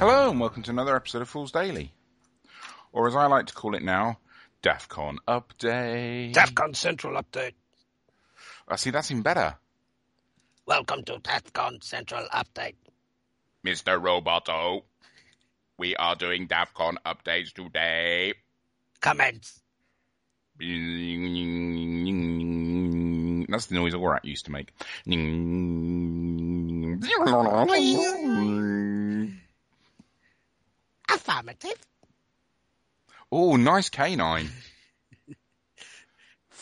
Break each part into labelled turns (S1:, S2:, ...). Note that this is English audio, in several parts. S1: and welcome to another episode of Fool's Daily. Or as I like to call it now, DAFCON Update.
S2: TAFCON Central Update.
S1: I see, that's even better.
S2: Welcome to TAFCON Central Update.
S1: Mr. Roboto, we are doing DAFCON updates today.
S2: Comments.
S1: That's the noise Aurat used to make.
S2: Affirmative.
S1: Oh, nice canine.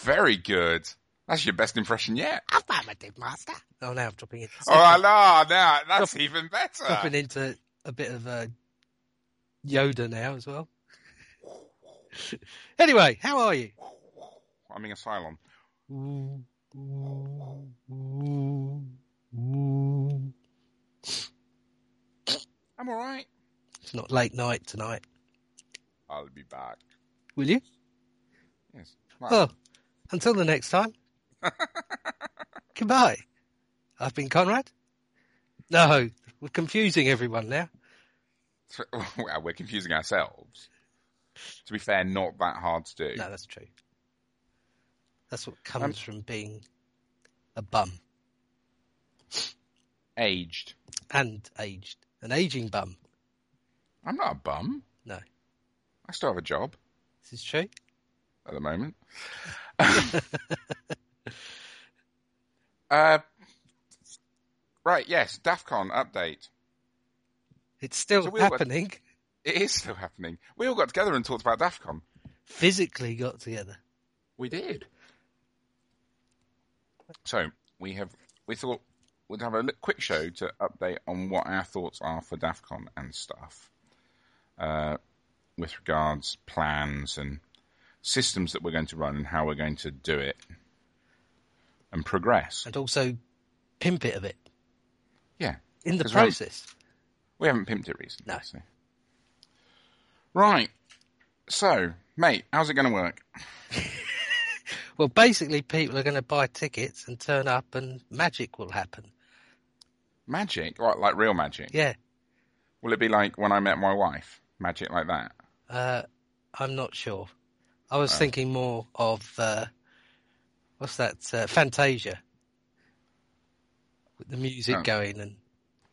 S1: Very good. That's your best impression yet.
S2: Affirmative, Master. Oh, now I'm dropping it.
S1: Oh, I know. Now, that's even better.
S2: Dropping into a bit of a Yoda now as well. anyway, how are you?
S1: I'm being a Cylon. I'm all right.
S2: It's not late night tonight,
S1: I'll be back.
S2: will you?
S1: Yes.
S2: Well, until the next time. Goodbye. I've been Conrad. No, we're confusing everyone now.
S1: Well, we're confusing ourselves. To be fair, not that hard to do.
S2: No, that's true. Um, That's what comes from being a bum
S1: Aged.
S2: and aged, an aging bum.
S1: I'm not a bum.
S2: No,
S1: I still have a job
S2: this is true.
S1: at the moment. uh, right, yes, DAFCON update.
S2: It's still
S1: So we'll-
S2: happening.
S1: It is still happening. We all got together and talked about DAFCON.
S2: Physically got together.
S1: We did. So we have we thought we'd have a li- quick show to update on what our thoughts are for DAFCON and stuff, uh, with regards plans and systems that we're going to run and how we're going to do it and progress.
S2: and also pimp it a bit
S1: Yeah,
S2: in the
S1: 'Cause we haven't-
S2: process.
S1: we haven't pimped it recently.
S2: No.
S1: so. Right. So, mate, how's it going to work?
S2: Well, basically, people are going to buy tickets and turn up, and magic will happen.
S1: Magic, like, like real magic.
S2: Yeah,
S1: Will it be like when I met my wife? Magic like that?
S2: uh, I'm not sure. I was thinking more of uh, what's that? Uh, Fantasia with the music
S1: Oh.
S2: going, and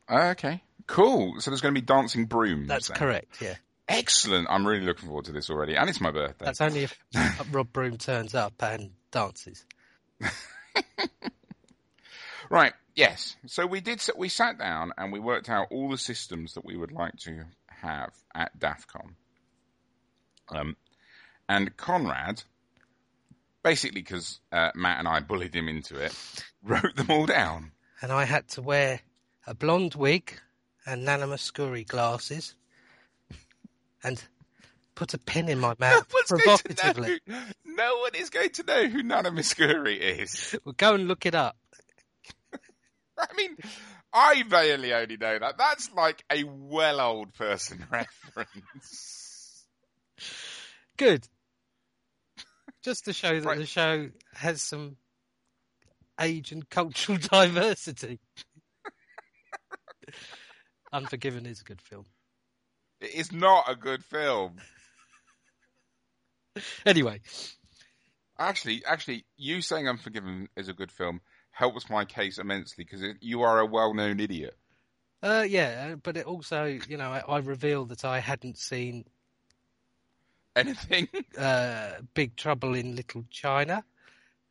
S1: Okay. Cool. So there's going to be dancing brooms.
S2: that's
S1: then.
S2: correct. Yeah,
S1: Excellent. I'm really looking forward to this already. And it's my birthday.
S2: that's only if Rob Broom turns up and dances.
S1: Right. Yes. So we did. s- We sat down and we worked out all the systems that we would like to have at DAFCON. Um, and Conrad, basically because uh, Matt and I bullied him into it, wrote them all down.
S2: and I had to wear a blonde wig and Nanamascuri glasses and put a pin in my mouth provocatively.
S1: Going to know, no one is going to know who Nana Miscuri is.
S2: Well, go and look it up.
S1: I mean, I barely only know that. That's like a well old person reference.
S2: Good. Just to show that
S1: Right.
S2: the show has some age and cultural diversity. Unforgiven is a good film.
S1: It is not a good film.
S2: Anyway,
S1: Actually, actually, you saying Unforgiven is a good film helps my case immensely because you are a well known idiot.
S2: uh, yeah, but it also, you know, I, I revealed that I hadn't seen
S1: Anything?
S2: uh, Big Trouble in Little China,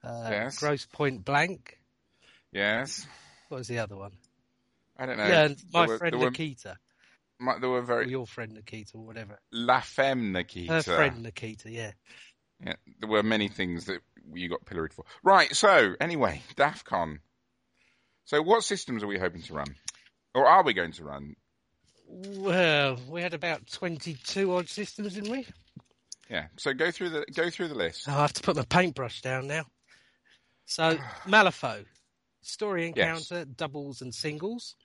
S2: uh,
S1: Yes.
S2: Gross Point Blank.
S1: yes.
S2: What was the other one?
S1: I don't know.
S2: yeah, and my
S1: There were-
S2: friend
S1: there were,
S2: Nikita,
S1: my- there were
S2: or
S1: very
S2: your friend Nikita, or whatever.
S1: La Femme Nikita.
S2: Her friend Nikita, yeah.
S1: Yeah, there were many things that you got pilloried for. Right, so anyway, DAFCON. So what systems are we hoping to run? Or are we going to run?
S2: Well, we had about twenty-two odd systems, didn't we?
S1: Yeah. So go through the go through the list.
S2: Oh, I have to put my paintbrush down now. So Malifaux, story
S1: Yes.
S2: encounter, doubles and singles,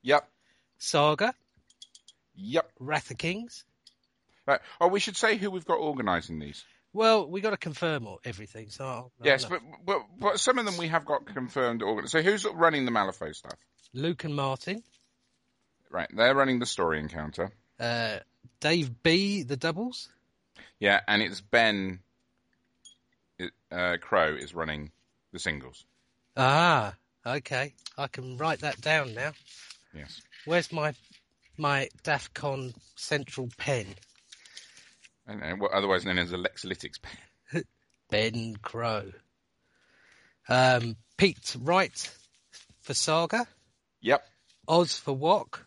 S1: Yep.
S2: saga,
S1: Yep.
S2: Wrath of Kings.
S1: Right. Oh, we should say who we've got organising these.
S2: Well, we got to confirm all, everything. So I'll,
S1: yes,
S2: I'll-
S1: but, but but some of them we have got confirmed. Organ- so who's running the Malifaux stuff?
S2: Luke and Martin,
S1: Right, they're running the story encounter.
S2: uh, Dave B, the doubles.
S1: Yeah, and it's Ben it, uh, Crow is running the singles.
S2: Ah, okay. I can write that down now.
S1: Yes.
S2: Where's my my DAFCON central pen?
S1: And, and what otherwise known as a Lexalytics pen.
S2: Ben Crow. Um, Pete Wright for Saga.
S1: Yep.
S2: Oz for Wok.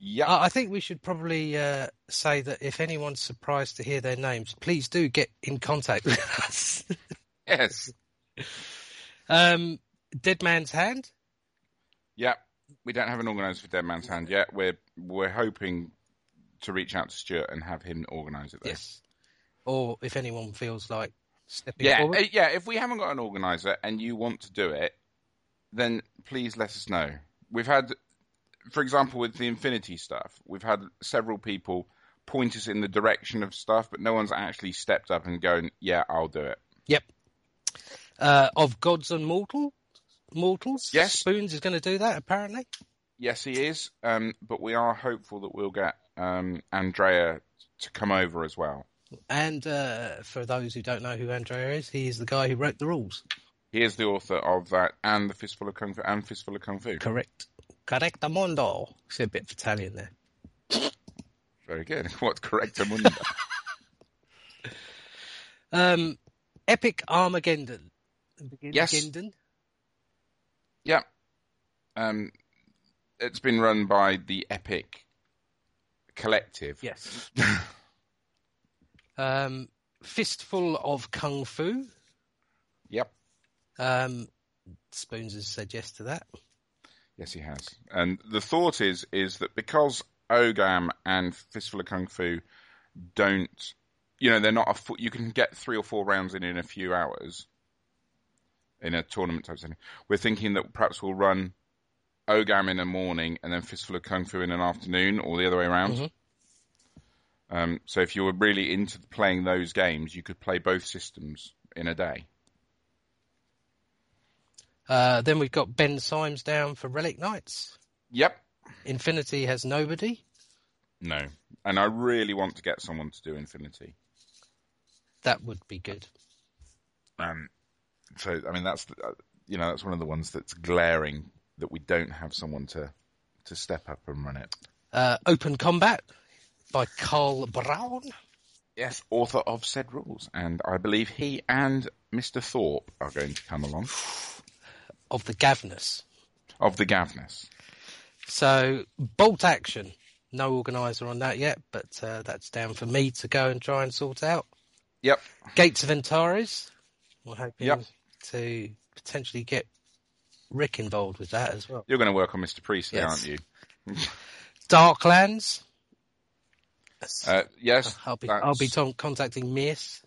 S1: Yep.
S2: I I think we should probably uh, say that if anyone's surprised to hear their names, please do get in contact with us.
S1: yes.
S2: Um, Dead Man's Hand.
S1: Yep. We don't have an organizer for Dead Man's Hand yet. We're we're hoping to reach out to Stuart and have him organize it. Though.
S2: Yes. Or if anyone feels like stepping
S1: Yeah,
S2: forward.
S1: uh, yeah. If we haven't got an organizer and you want to do it, then please let us know. We've had, for example, with the Infinity stuff, we've had several people point us in the direction of stuff, but no one's actually stepped up and going, "Yeah, I'll do it."
S2: Yep. Uh, of Gods and Mortal, Mortals.
S1: Yes.
S2: Spoons is going to do that, apparently.
S1: Yes, he is. Um, but we are hopeful that we'll get um, Andrea to come over as well.
S2: And uh, for those who don't know who Andrea is, he is the guy who wrote the rules.
S1: He is the author of that and the Fistful of Kung Fu and Fistful of Kung Fu.
S2: Correct. Correct, Amondo. See a bit of Italian there.
S1: Very good. What's correct Amunda?
S2: Um, Epic Armageddon.
S1: Yes.
S2: Armageddon.
S1: Yeah. Um, it's been run by the Epic Collective.
S2: Yes. um, Fistful of Kung Fu.
S1: Yep.
S2: Um, Spoons has said yes to that.
S1: Yes, he has. And the thought is is that because Ogam and Fistful of Kung Fu don't, you know, they're not a fu- you can get three or four rounds in in a few hours in a tournament type setting. We're thinking that perhaps we'll run Ogam in the morning and then Fistful of Kung Fu in an afternoon, or the other way around.
S2: Mhm.
S1: Um, so if you were really into playing those games, you could play both systems in a day.
S2: Uh, then we've got Ben Symes down for Relic Knights.
S1: Yep.
S2: Infinity has nobody.
S1: No. And I really want to get someone to do Infinity.
S2: That would be good.
S1: Um, so I mean, that's uh, you know that's one of the ones that's glaring that we don't have someone to to step up and run it.
S2: Uh, Open Combat by Carl Brown.
S1: Yes, author of said rules, and I believe he and Mister Thorpe are going to come along
S2: of the Gavnus.
S1: of the Gavness.
S2: So bolt action. No organizer on that yet, but uh, that's down for me to go and try and sort out.
S1: Yep.
S2: Gates of Antares. We're hoping
S1: Yep.
S2: to potentially get Rick involved with that as well.
S1: You're going to work on Mister Priestley, aren't
S2: Yes.
S1: you?
S2: Darklands.
S1: Uh, yes.
S2: I'll be I'll be
S1: that's-
S2: ton- contacting Miss.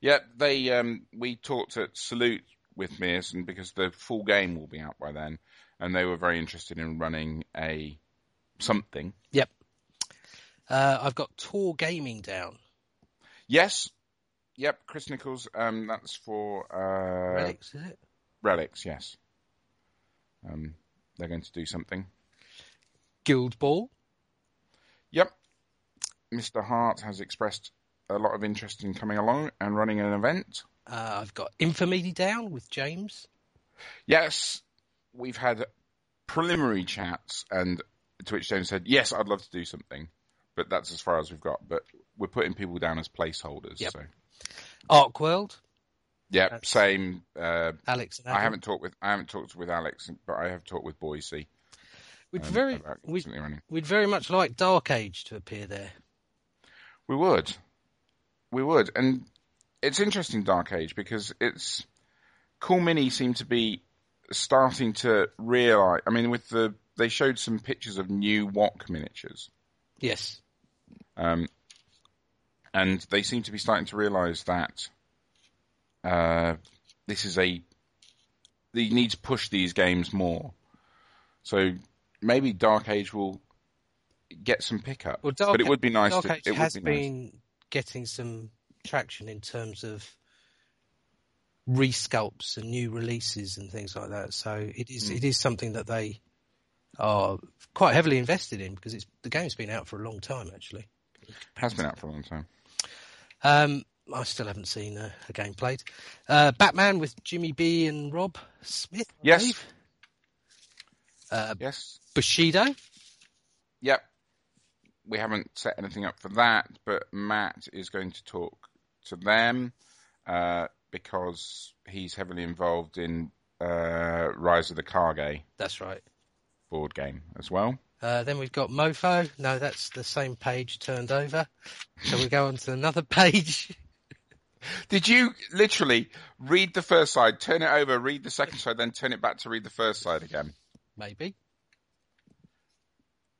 S1: Yeah, they um, we talked at Salute with Mearson because the full game will be out by then, and they were very interested in running a something.
S2: Yep. Uh, I've got Tor Gaming down.
S1: Yes, yep, Chris Nichols. Um, that's for uh,
S2: Relics, is it?
S1: relics. Yes, um, they're going to do something.
S2: Guild Ball.
S1: Yep, Mr. Hart has expressed a lot of interest in coming along and running an event.
S2: Uh, I've got Infamy down with James.
S1: Yes, we've had preliminary chats, and to which James said, "Yes, I'd love to do something," but that's as far as we've got. But we're putting people down as placeholders.
S2: Yep.
S1: So,
S2: Arc World.
S1: yeah,
S2: That's-
S1: same. Uh,
S2: Alex and Adam.
S1: I haven't talked with I haven't talked with Alex, but I have talked with Boise.
S2: We'd
S1: um,
S2: very
S1: about
S2: we'd,
S1: something running.
S2: we'd very much like Dark Age to appear there.
S1: We would. We would. And it's interesting, Dark Age, because it's. Cool Mini seem to be starting to realise. I mean, with the. They showed some pictures of new Wok miniatures.
S2: Yes.
S1: Um, and they seem to be starting to realise that uh, this is a. They need to push these games more. So maybe Dark Age will get some pickup.
S2: Well, Dark
S1: but it
S2: A-
S1: would be nice
S2: Dark
S1: to.
S2: Age
S1: it would
S2: has
S1: be nice.
S2: been getting some traction in terms of
S1: Hmm.
S2: resculpts and new releases and things like that. So it is it is something that they are quite heavily invested in because it's the game's been out for a long time actually.
S1: Has been out for a long time.
S2: Um, I still haven't seen a, a game played. Uh, Batman with Jimmy B and Rob Smith. I
S1: Yes.
S2: believe. Uh,
S1: Yes.
S2: Bushido.
S1: Yep. We haven't set anything up for that, but Matt is going to talk to them uh, because he's heavily involved in uh, Rise of the Cargay
S2: That's right.
S1: board game as well.
S2: Uh, then we've got Mofo. No, that's the same page turned over. So we go on to another page.
S1: Did you literally read the first side, turn it over, read the second side, then turn it back to read the first side again?
S2: Maybe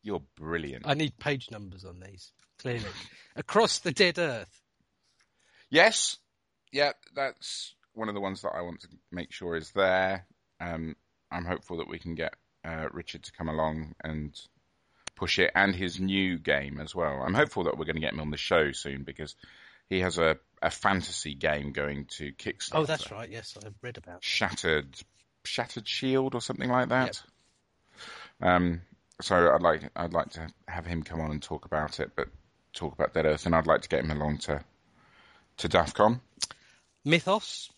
S1: You're brilliant.
S2: I need page numbers on these. Clearly, across the dead earth.
S1: Yes. Yeah, that's one of the ones that I want to make sure is there. Um, I'm hopeful that we can get uh, Richard to come along and push it and his new game as well. I'm hopeful that we're going to get him on the show soon because he has a, a fantasy game going to Kickstarter.
S2: Oh, that's right. Yes, I've read about. it.
S1: Shattered Shattered Shield or something like that. Um, so I'd like I'd like to have him come on and talk about it, but talk about Dead Earth, and I'd like to get him along to to DAFCON.
S2: Mythos.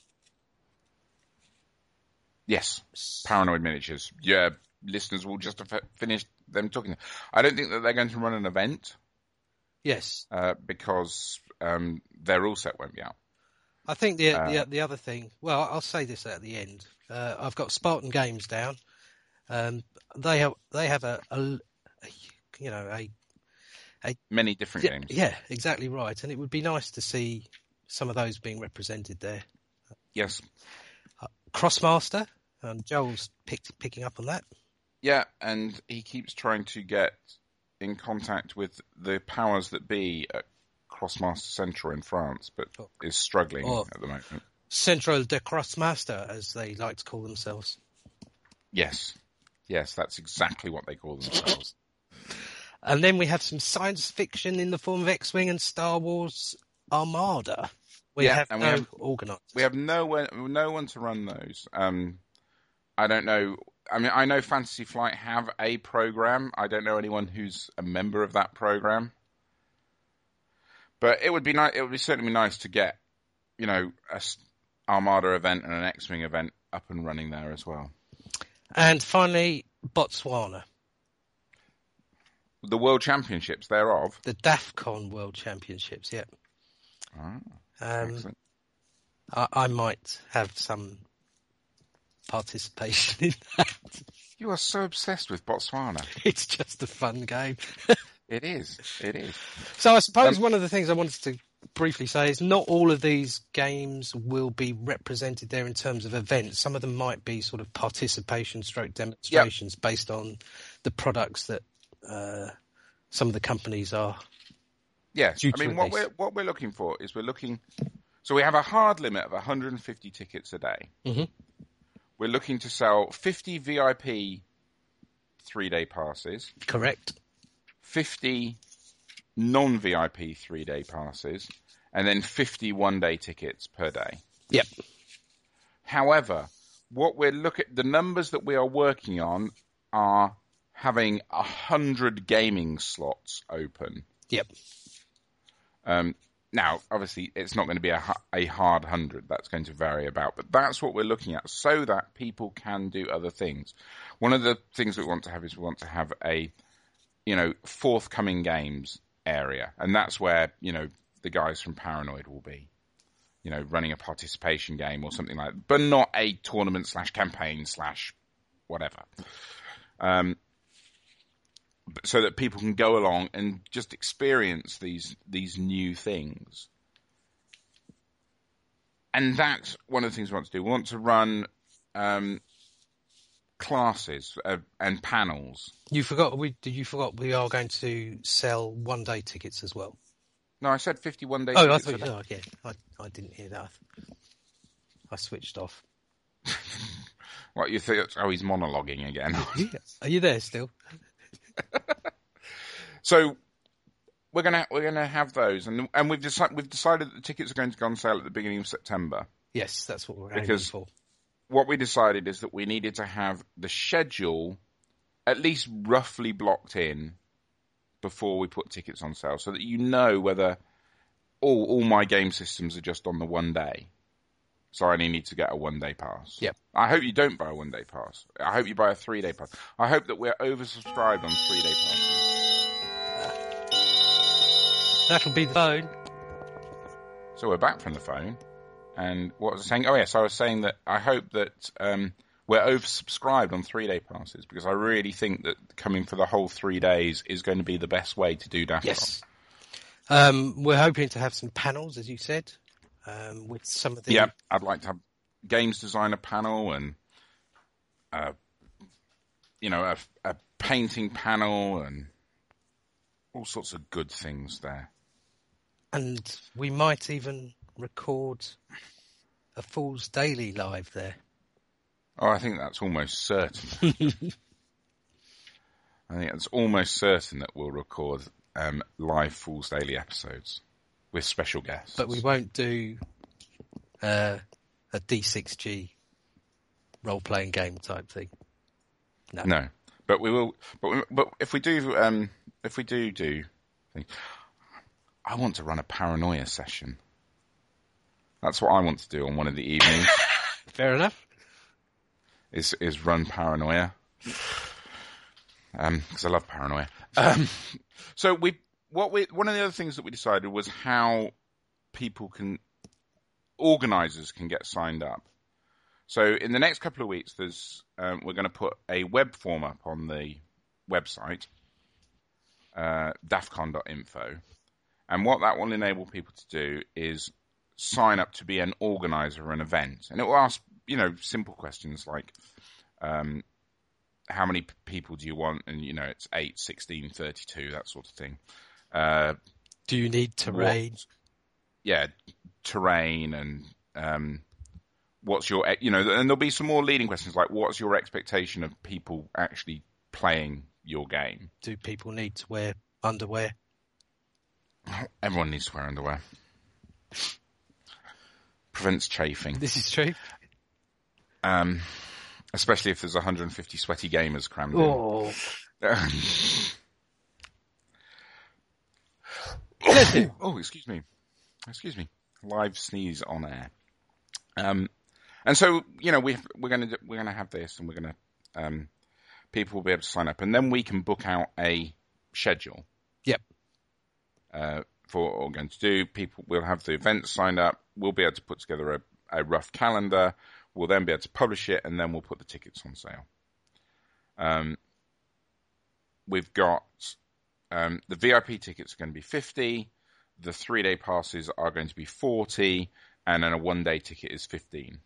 S1: Yes, paranoid miniatures. Yeah, listeners will just have finished them talking. I don't think that they're going to run an event
S2: Yes,
S1: uh, because um, their rule set won't be out.
S2: I think the,
S1: Uh,
S2: the the other thing. Well, I'll say this at the end. Uh, I've got Spartan Games down. Um, they have they have a, a l- a- you know a
S1: Many different
S2: yeah,
S1: games.
S2: yeah exactly right, and it would be nice to see some of those being represented there.
S1: Yes,
S2: Crossmaster. Um, Joel's picked picking up on that.
S1: yeah, and he keeps trying to get in contact with the powers that be at Crossmaster Central in France, but
S2: Oh.
S1: is struggling
S2: Oh.
S1: at the moment.
S2: Central de Crossmaster, as they like to call themselves.
S1: Yes, yes, that's exactly what they call themselves.
S2: And then we have some science fiction in the form of X-wing and Star Wars Armada. We
S1: Yeah,
S2: have
S1: and
S2: no
S1: we
S2: organised.
S1: have- We have no one, no one to run those. Um, I don't know. I mean, I know Fantasy Flight have a program. I don't know anyone who's a member of that program. But it would be nice. It would be certainly nice to get, you know, a s- Armada event and an X-wing event up and running there as well.
S2: And finally, Botswana,
S1: The World Championships thereof.
S2: the DAFCON World Championships. Yep.
S1: Ah,
S2: Um,
S1: excellent.
S2: I, I might have some participation in that.
S1: You are so obsessed with Botswana.
S2: It's just a fun game.
S1: It is. It is.
S2: So I suppose one of the things I wanted to briefly say is not all of these games will be represented there in terms of events. Some of them might be sort of participation stroke demonstrations based on the products that uh, some of the companies are.
S1: Yes,
S2: due
S1: I
S2: to
S1: mean what
S2: release.
S1: we're what we're looking for is we're looking. So we have a hard limit of 150 tickets a day.
S2: Mhm.
S1: We're looking to sell 50 VIP three day passes,
S2: Correct.
S1: 50 non VIP three day passes, and then 50 one day tickets per day.
S2: Yep.
S1: However, what we're look at the numbers that we are working on are having 100 gaming slots open.
S2: Yep.
S1: Um, now, obviously, it's not going to be a, hu- a hard 100. That's going to vary about, but that's what we're looking at so that people can do other things. One of the things that we want to have is we want to have a, you know, forthcoming games area. And that's where, you know, the guys from Paranoid will be, you know, running a participation game or something like that, but not a tournament slash campaign slash whatever. Um, so that people can go along and just experience these these new things. And that's one of the things we want to do. We want to run um, classes uh, and panels.
S2: You forgot we you forgot we are going to sell one day tickets as well.
S1: No, I said fifty-one days.
S2: Oh, I thought you oh, yeah. I, I didn't hear that. I switched off.
S1: What you thought? Oh, he's monologuing again.
S2: Are you there still?
S1: so we're gonna we're gonna have those, and and we've decided we've decided that the tickets are going to go on sale at the beginning of September.
S2: Yes, that's what we're aiming
S1: Because-
S2: for.
S1: what we decided is that we needed to have the schedule at least roughly blocked in before we put tickets on sale, so that you know whether all all my game systems are just on the one day. So I only need to get a one day pass.
S2: Yep.
S1: I hope you don't buy a one day pass. I hope you buy a three day pass. I hope that we're oversubscribed on three day passes.
S2: That'll be the phone.
S1: So we're back from the phone. And what was I saying? Oh yes, I was saying that I hope that um, we're oversubscribed on three day passes because I really think that coming for the whole three days is going to be the best way to do DAFCON.
S2: Yes. Um, we're hoping to have some panels, as you said, um, with some of the
S1: Yeah, I'd like to have games designer panel and uh, you know a, a painting panel and all sorts of good things there.
S2: and we might even record a Fool's Daily live there.
S1: Oh, I think that's almost certain. I think it's almost certain that we'll record um, live Fool's Daily episodes with special guests.
S2: but we won't do uh, a D6G role playing game type thing.
S1: No, but we will. But we, but if we do, um, if we do do, things, I want to run a paranoia session. That's what I want to do on one of the evenings.
S2: Fair enough.
S1: is is run paranoia. Um, because I love paranoia. Um, so we what we one of the other things that we decided was how people can organizers can get signed up. So in the next couple of weeks, there's um, we're going to put a web form up on the website, uh, dafcon.info, and what that will enable people to do is sign up to be an organizer of an event, and it will ask you know simple questions like um, how many p- people do you want, and you know it's 8, 16, 32, that sort of thing. Uh,
S2: Do you need terrain?
S1: yeah, terrain and um, what's your e-, you know, and there'll be some more leading questions like what's your expectation of people actually playing your game?
S2: Do people need to wear underwear?
S1: Everyone needs to wear underwear. Prevents chafing,
S2: This is true.
S1: um, especially if there's 150 sweaty gamers crammed
S2: Oh,
S1: in. oh, excuse me. Excuse me. Live sneeze on air. Um, and so you know we we're going to we're going to have this, and we're going to um, people will be able to sign up, and then we can book out a schedule
S2: yep.
S1: uh, for what we're going to do. People will have the events signed up. We'll be able to put together a, a rough calendar. We'll then be able to publish it, and then we'll put the tickets on sale. Um, we've got um, the VIP tickets are going to be fifty. The three day passes are going to be forty, and then a one day ticket is fifteen.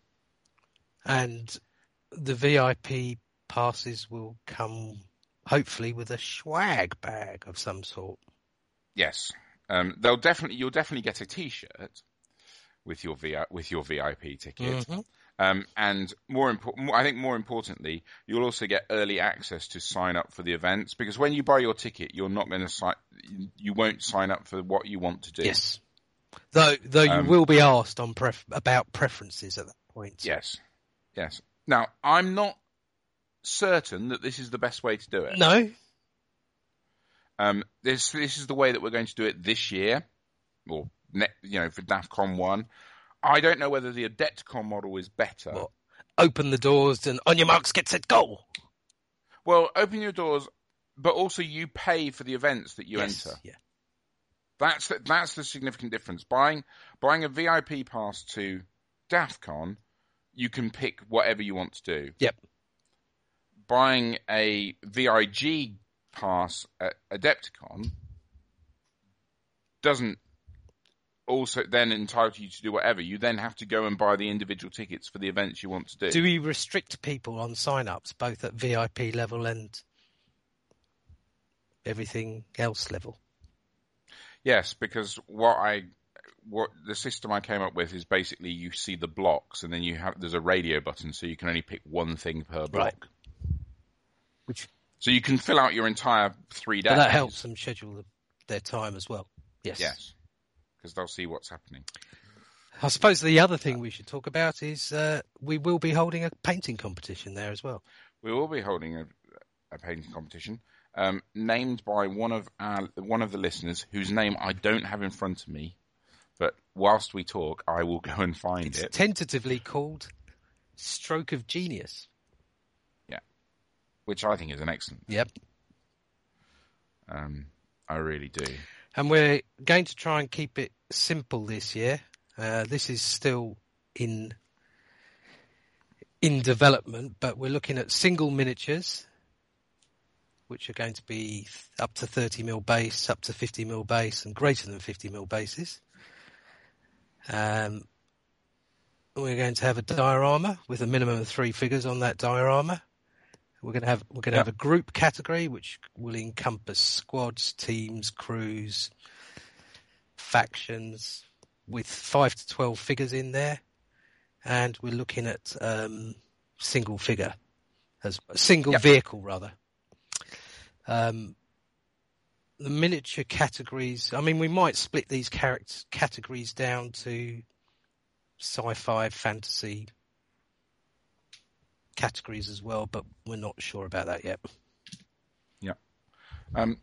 S2: And the VIP passes will come hopefully with a swag bag of some sort.
S1: Yes, um, they'll definitely you'll definitely get a t shirt with your VI, with your VIP ticket.
S2: Mm-hmm. Mm.
S1: Um, and more important, I think more importantly, you'll also get early access to sign up for the events because when you buy your ticket, you're not going to sign, you won't sign up for what you want to do.
S2: Yes. Though, though you
S1: Um,
S2: will be asked on pref- about preferences at that point.
S1: Yes. Yes. Now, I'm not certain that this is the best way to do it.
S2: No,
S1: Um, this this is the way that we're going to do it this year, or ne- you know for DAFCON one. I don't know whether the ADEPTCON model is better.
S2: Well- open the doors and on your marks, get set, go.
S1: Well, open your doors, but also you pay for the events that you
S2: Yes,
S1: enter.
S2: Yeah.
S1: That's the, that's the significant difference. Buying buying a VIP pass to DAFCON, you can pick whatever you want to do.
S2: Yep.
S1: Buying a VIG pass at Adepticon doesn't also then entitle you to do whatever. You then have to go and buy the individual tickets for the events you want to do.
S2: Do we restrict people on sign-ups both at VIP level and everything else level?
S1: Yes, because what I what the system I came up with is basically you see the blocks and then you have there's a radio button so you can only pick one thing per block.
S2: Right. Which
S1: So you can fill out your entire three days.
S2: but that helps them schedule the, their time as well. Yes.
S1: Yes. Because they'll see what's happening.
S2: I suppose the other thing we should talk about is uh, we will be holding a painting competition there as well.
S1: We will be holding a, a painting competition, um, named by one of our one of the listeners whose name I don't have in front of me, but whilst we talk, I will go and find
S2: It's
S1: it.
S2: tentatively called Stroke of Genius.
S1: which I think is an excellent.
S2: Yep.
S1: Um, I really do.
S2: And we're going to try and keep it simple this year. Uh, this is still in in development, but we're looking at single miniatures, which are going to be up to 30 mil base, up to 50 mil base, and greater than 50 mil bases. Um, we're going to have a diorama with a minimum of three figures on that diorama. We're going to have we're going to
S1: Yep.
S2: have a group category which will encompass squads, teams, crews, factions, with five to twelve figures in there, and we're looking at um, single figure as single
S1: Yep.
S2: vehicle rather. Um, the miniature categories. I mean, we might split these characters categories down to sci-fi, fantasy categories as well, but we're not sure about that yet.
S1: Um,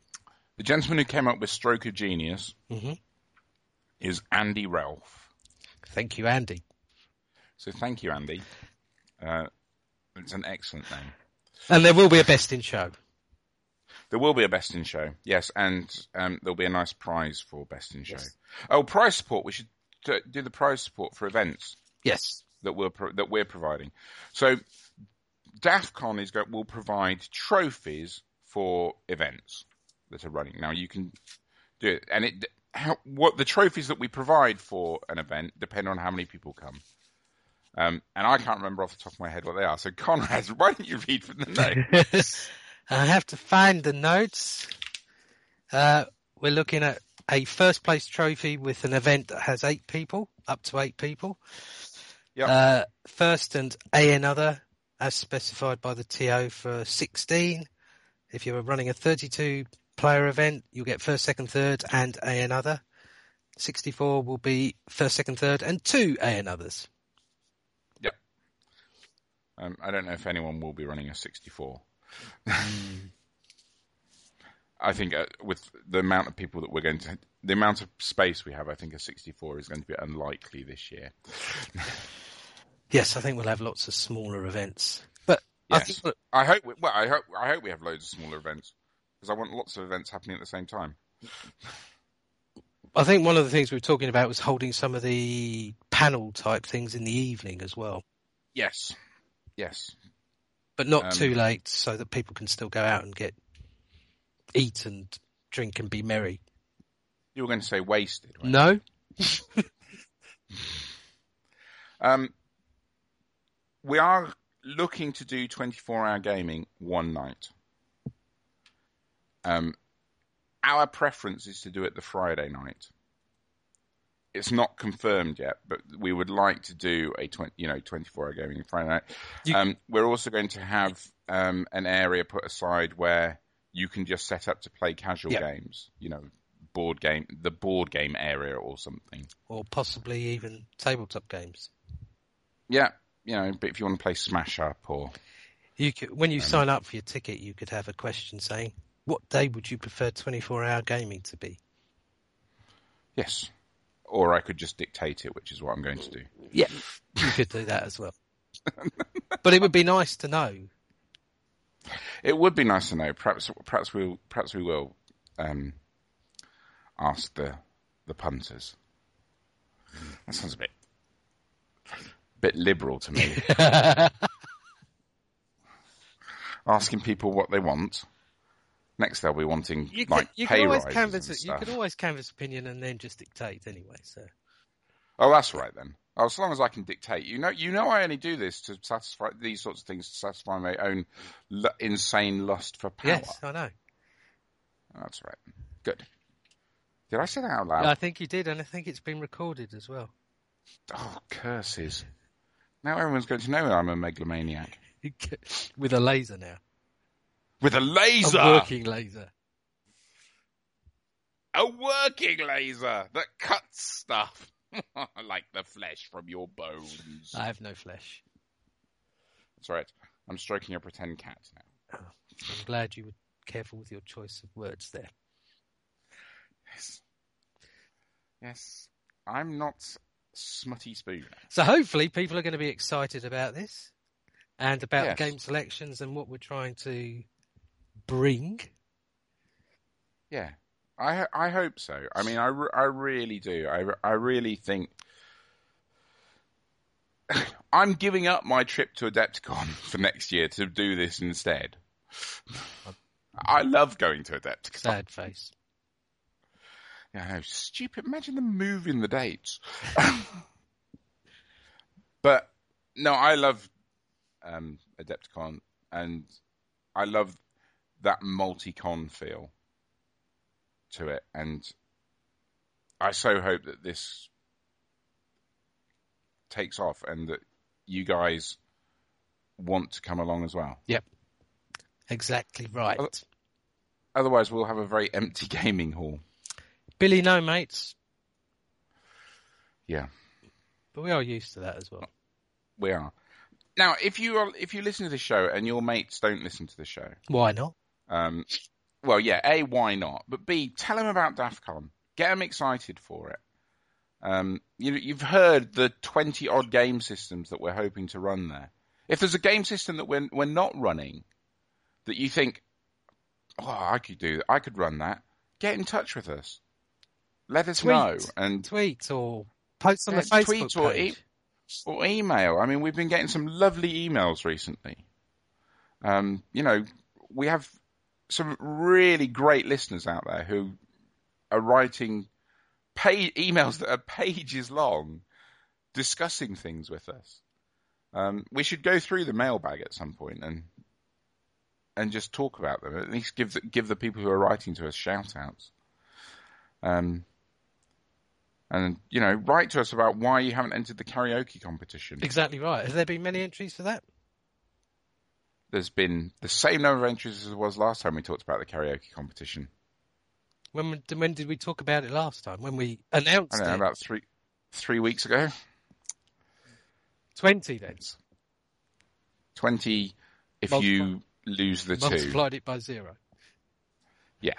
S1: the gentleman who came up with Stroke of Genius
S2: Mhm.
S1: is Andy Ralph.
S2: Thank you, Andy.
S1: So thank you, Andy. Uh, it's an excellent name.
S2: And there will be a best in show.
S1: There will be a best in show, yes, and um, there'll be a nice prize for best in show. Oh, prize support! We should t- do the prize support for events
S2: Yes.
S1: that we're pro- that we're providing. So, DAFCON is go- will provide trophies for events that are running. Now you can do it, and it how, what the trophies that we provide for an event depend on how many people come. Um, and I can't remember off the top of my head what they are. So Conrad, why don't you read from the note?
S2: I have to find the notes. Uh, we're looking at a first place trophy with an event that has eight people, up to eight people.
S1: Yep.
S2: Uh, first and a another, as specified by the TO for 16. If you were running a 32 player event, you'll get first, second, third, and a another. 64 will be first, second, third, and two a anothers.
S1: Um, I don't know if anyone will be running a 64. I think uh, with the amount of people that we're going to, the amount of space we have, I think a 64 is going to be unlikely this year.
S2: Yes, I think we'll have lots of smaller events. But I
S1: Yes.
S2: think
S1: I hope. We, well, I hope. I hope we have loads of smaller events because I want lots of events happening at the same time.
S2: I think one of the things we were talking about was holding some of the panel type things in the evening as well,
S1: Yes. Yes.
S2: but not
S1: Um,
S2: too late so that people can still go out and get eat and drink and be merry.
S1: You were going to say wasted. weren't you?
S2: No?
S1: Um, we are looking to do 24 hour gaming one night. Um, our preference is to do it the Friday night. It's not confirmed yet, but we would like to do a 20, you know 24 hour gaming Friday night.
S2: You-
S1: um, we're also going to have um, an area put aside where you can just set up to play casual
S2: Yeah.
S1: games, you know, board game, the board game area or something.
S2: Or possibly even tabletop games.
S1: Yeah, you know, but if you want to play Smash Up or
S2: You could, when
S1: Um,
S2: you sign up for your ticket, you could have a question saying, what day would you prefer 24 hour gaming to be?
S1: yes, or I could just dictate it, which is what I'm going to do.
S2: Yeah. You could do that as well. but it would be nice to know.
S1: It would be nice to know. Perhaps, perhaps we'll, perhaps we will um, ask the the punters. That sounds a bit bit liberal to me. Asking people what they want. Next, they'll be wanting
S2: You could,
S1: like
S2: you
S1: pay
S2: could always
S1: rises
S2: canvas
S1: and
S2: it. You
S1: stuff.
S2: could always canvas opinion and then just dictate anyway. So
S1: Oh, that's all right then. Oh, as long as I can dictate, you know, you know, I only do this to satisfy these sorts of things to satisfy my own l- insane lust for power.
S2: yes, I know.
S1: That's right. Good. Did I say that out loud?
S2: I think you did, and I think it's been recorded as well.
S1: Oh, curses! Now everyone's going to know I'm a megalomaniac
S2: With a laser now,
S1: with a laser,
S2: a working laser.
S1: a working laser that cuts stuff like the flesh from your bones.
S2: Ah. I have no flesh.
S1: That's right. I'm stroking a pretend cat now.
S2: I'm glad you were careful with your choice of words there.
S1: Yes. Yes. I'm not Smutty Spoon.
S2: So hopefully people are going to be excited about this and about
S1: Yes.
S2: game selections and what we're trying to bring.
S1: Yeah, I ho- I hope so. I mean, I, re- I really do. I re- I really think I'm giving up my trip to Adepticon for next year to do this instead. I love going to Adepticon.
S2: Sad face.
S1: Yeah, I know, stupid. Imagine them moving the dates. but no, I love um, Adepticon, and I love that multi-con feel to it, and I so hope that this takes off and that you guys want to come along as well.
S2: Yep. Exactly right.
S1: Oh. Otherwise, we'll have a very empty gaming hall.
S2: Billy, no, mates.
S1: Yeah.
S2: But we are used to that as well.
S1: We are. Now, if you are, if you listen to the show and your mates don't listen to the show,
S2: Why not?
S1: um, well, yeah, a why not? But b tell them about DAFCON. Get them excited for it. Um, you you've heard the twenty odd game systems that we're hoping to run there. If there's a game system that we're we're not running, that you think, oh, I could do, that. I could run that. Get in touch with us. Let us
S2: Tweet.
S1: know and
S2: Tweet or post on the
S1: Yeah,
S2: Facebook
S1: tweet or
S2: page.
S1: or email. I mean, we've been getting some lovely emails recently. Um, you know, we have some really great listeners out there who are writing pa emails that are pages long, discussing things with us. Um, we should go through the mailbag at some point and and just talk about them. At least give the, give the people who are writing to us shout outs. Um, and you know, write to us about why you haven't entered the karaoke competition.
S2: Exactly right. Has there been many entries for that?
S1: there's been the same number of entries as there was last time we talked about the karaoke competition.
S2: When when did we talk about it last time? When we announced
S1: I don't know,
S2: it?
S1: about three three weeks ago,
S2: Twenty then.
S1: twenty. If
S2: Multiply-
S1: you lose the two,
S2: Multiplied it by zero.
S1: yeah,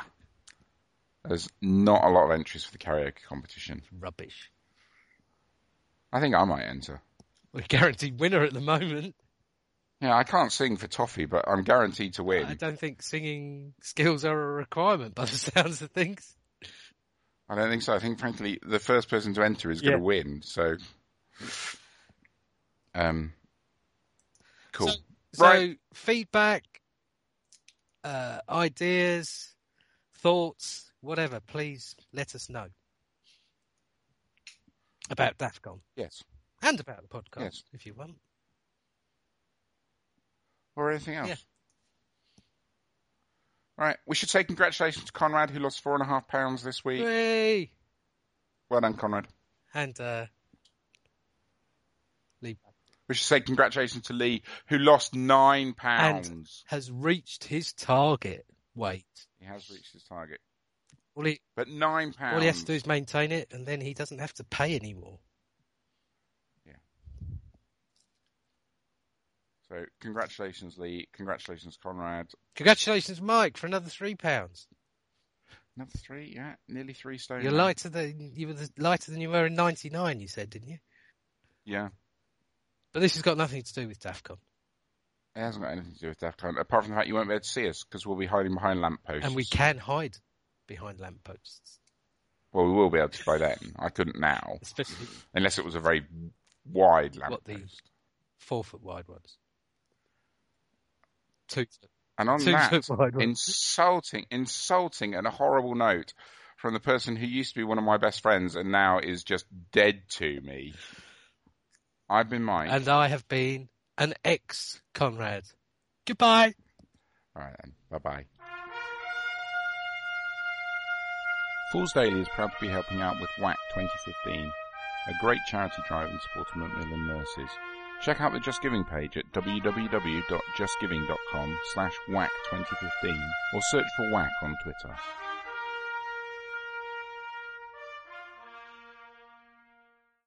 S1: there's not a lot of entries for the karaoke competition.
S2: Rubbish.
S1: I think I might enter.
S2: We're guaranteed winner at the moment.
S1: Yeah, I can't sing for toffee, but I'm guaranteed to win.
S2: I don't think singing skills are a requirement by the sounds of things.
S1: I don't think so. I think, frankly, the first person to enter is
S2: Yeah.
S1: going to win. So, um, cool.
S2: So, so
S1: Right.
S2: feedback, uh, ideas, thoughts, whatever, please let us know about DAFCON
S1: yes,
S2: and about the podcast
S1: Yes.
S2: if you want.
S1: or anything else.
S2: Yeah.
S1: Right, we should say congratulations to Conrad, who lost four and a half pounds this week.
S2: Hooray!
S1: Well done, Conrad.
S2: And uh,
S1: We should say congratulations to Lee, who lost nine pounds.
S2: has reached his target weight.
S1: He has reached his target,
S2: All he,
S1: but nine pounds.
S2: all he has to do is maintain it, and then he doesn't have to pay anymore.
S1: So, congratulations, Lee. Congratulations, Conrad.
S2: Congratulations, Mike, for another three pounds.
S1: Another three, yeah, nearly three stone.
S2: You're
S1: now.
S2: lighter than you were the, lighter than you were in '99. You said, didn't you?
S1: Yeah,
S2: But this has got nothing to do with DAFCON,
S1: it hasn't got anything to do with DAFCON, apart from the fact you won't be able to see us because we'll be hiding behind lampposts.
S2: and we can hide behind lampposts,
S1: Well, we will be able to by then. I couldn't now,
S2: especially
S1: unless it was a very wide
S2: What
S1: lamppost.
S2: the- four foot wide ones, two foot,
S1: And on
S2: two
S1: that,
S2: foot wide ones.
S1: insulting, insulting, and a horrible note from the person who used to be one of my best friends and now is just dead to me. I've been mine.
S2: And I have been an ex Conrad. Goodbye.
S1: All right then. Bye bye. Fools Daily is proud to be helping out with WAC 2015, a great charity drive in support of Macmillan nurses. Check out the Just Giving page at www.justgiving.com slash WAC 2015 or search for WAC on Twitter.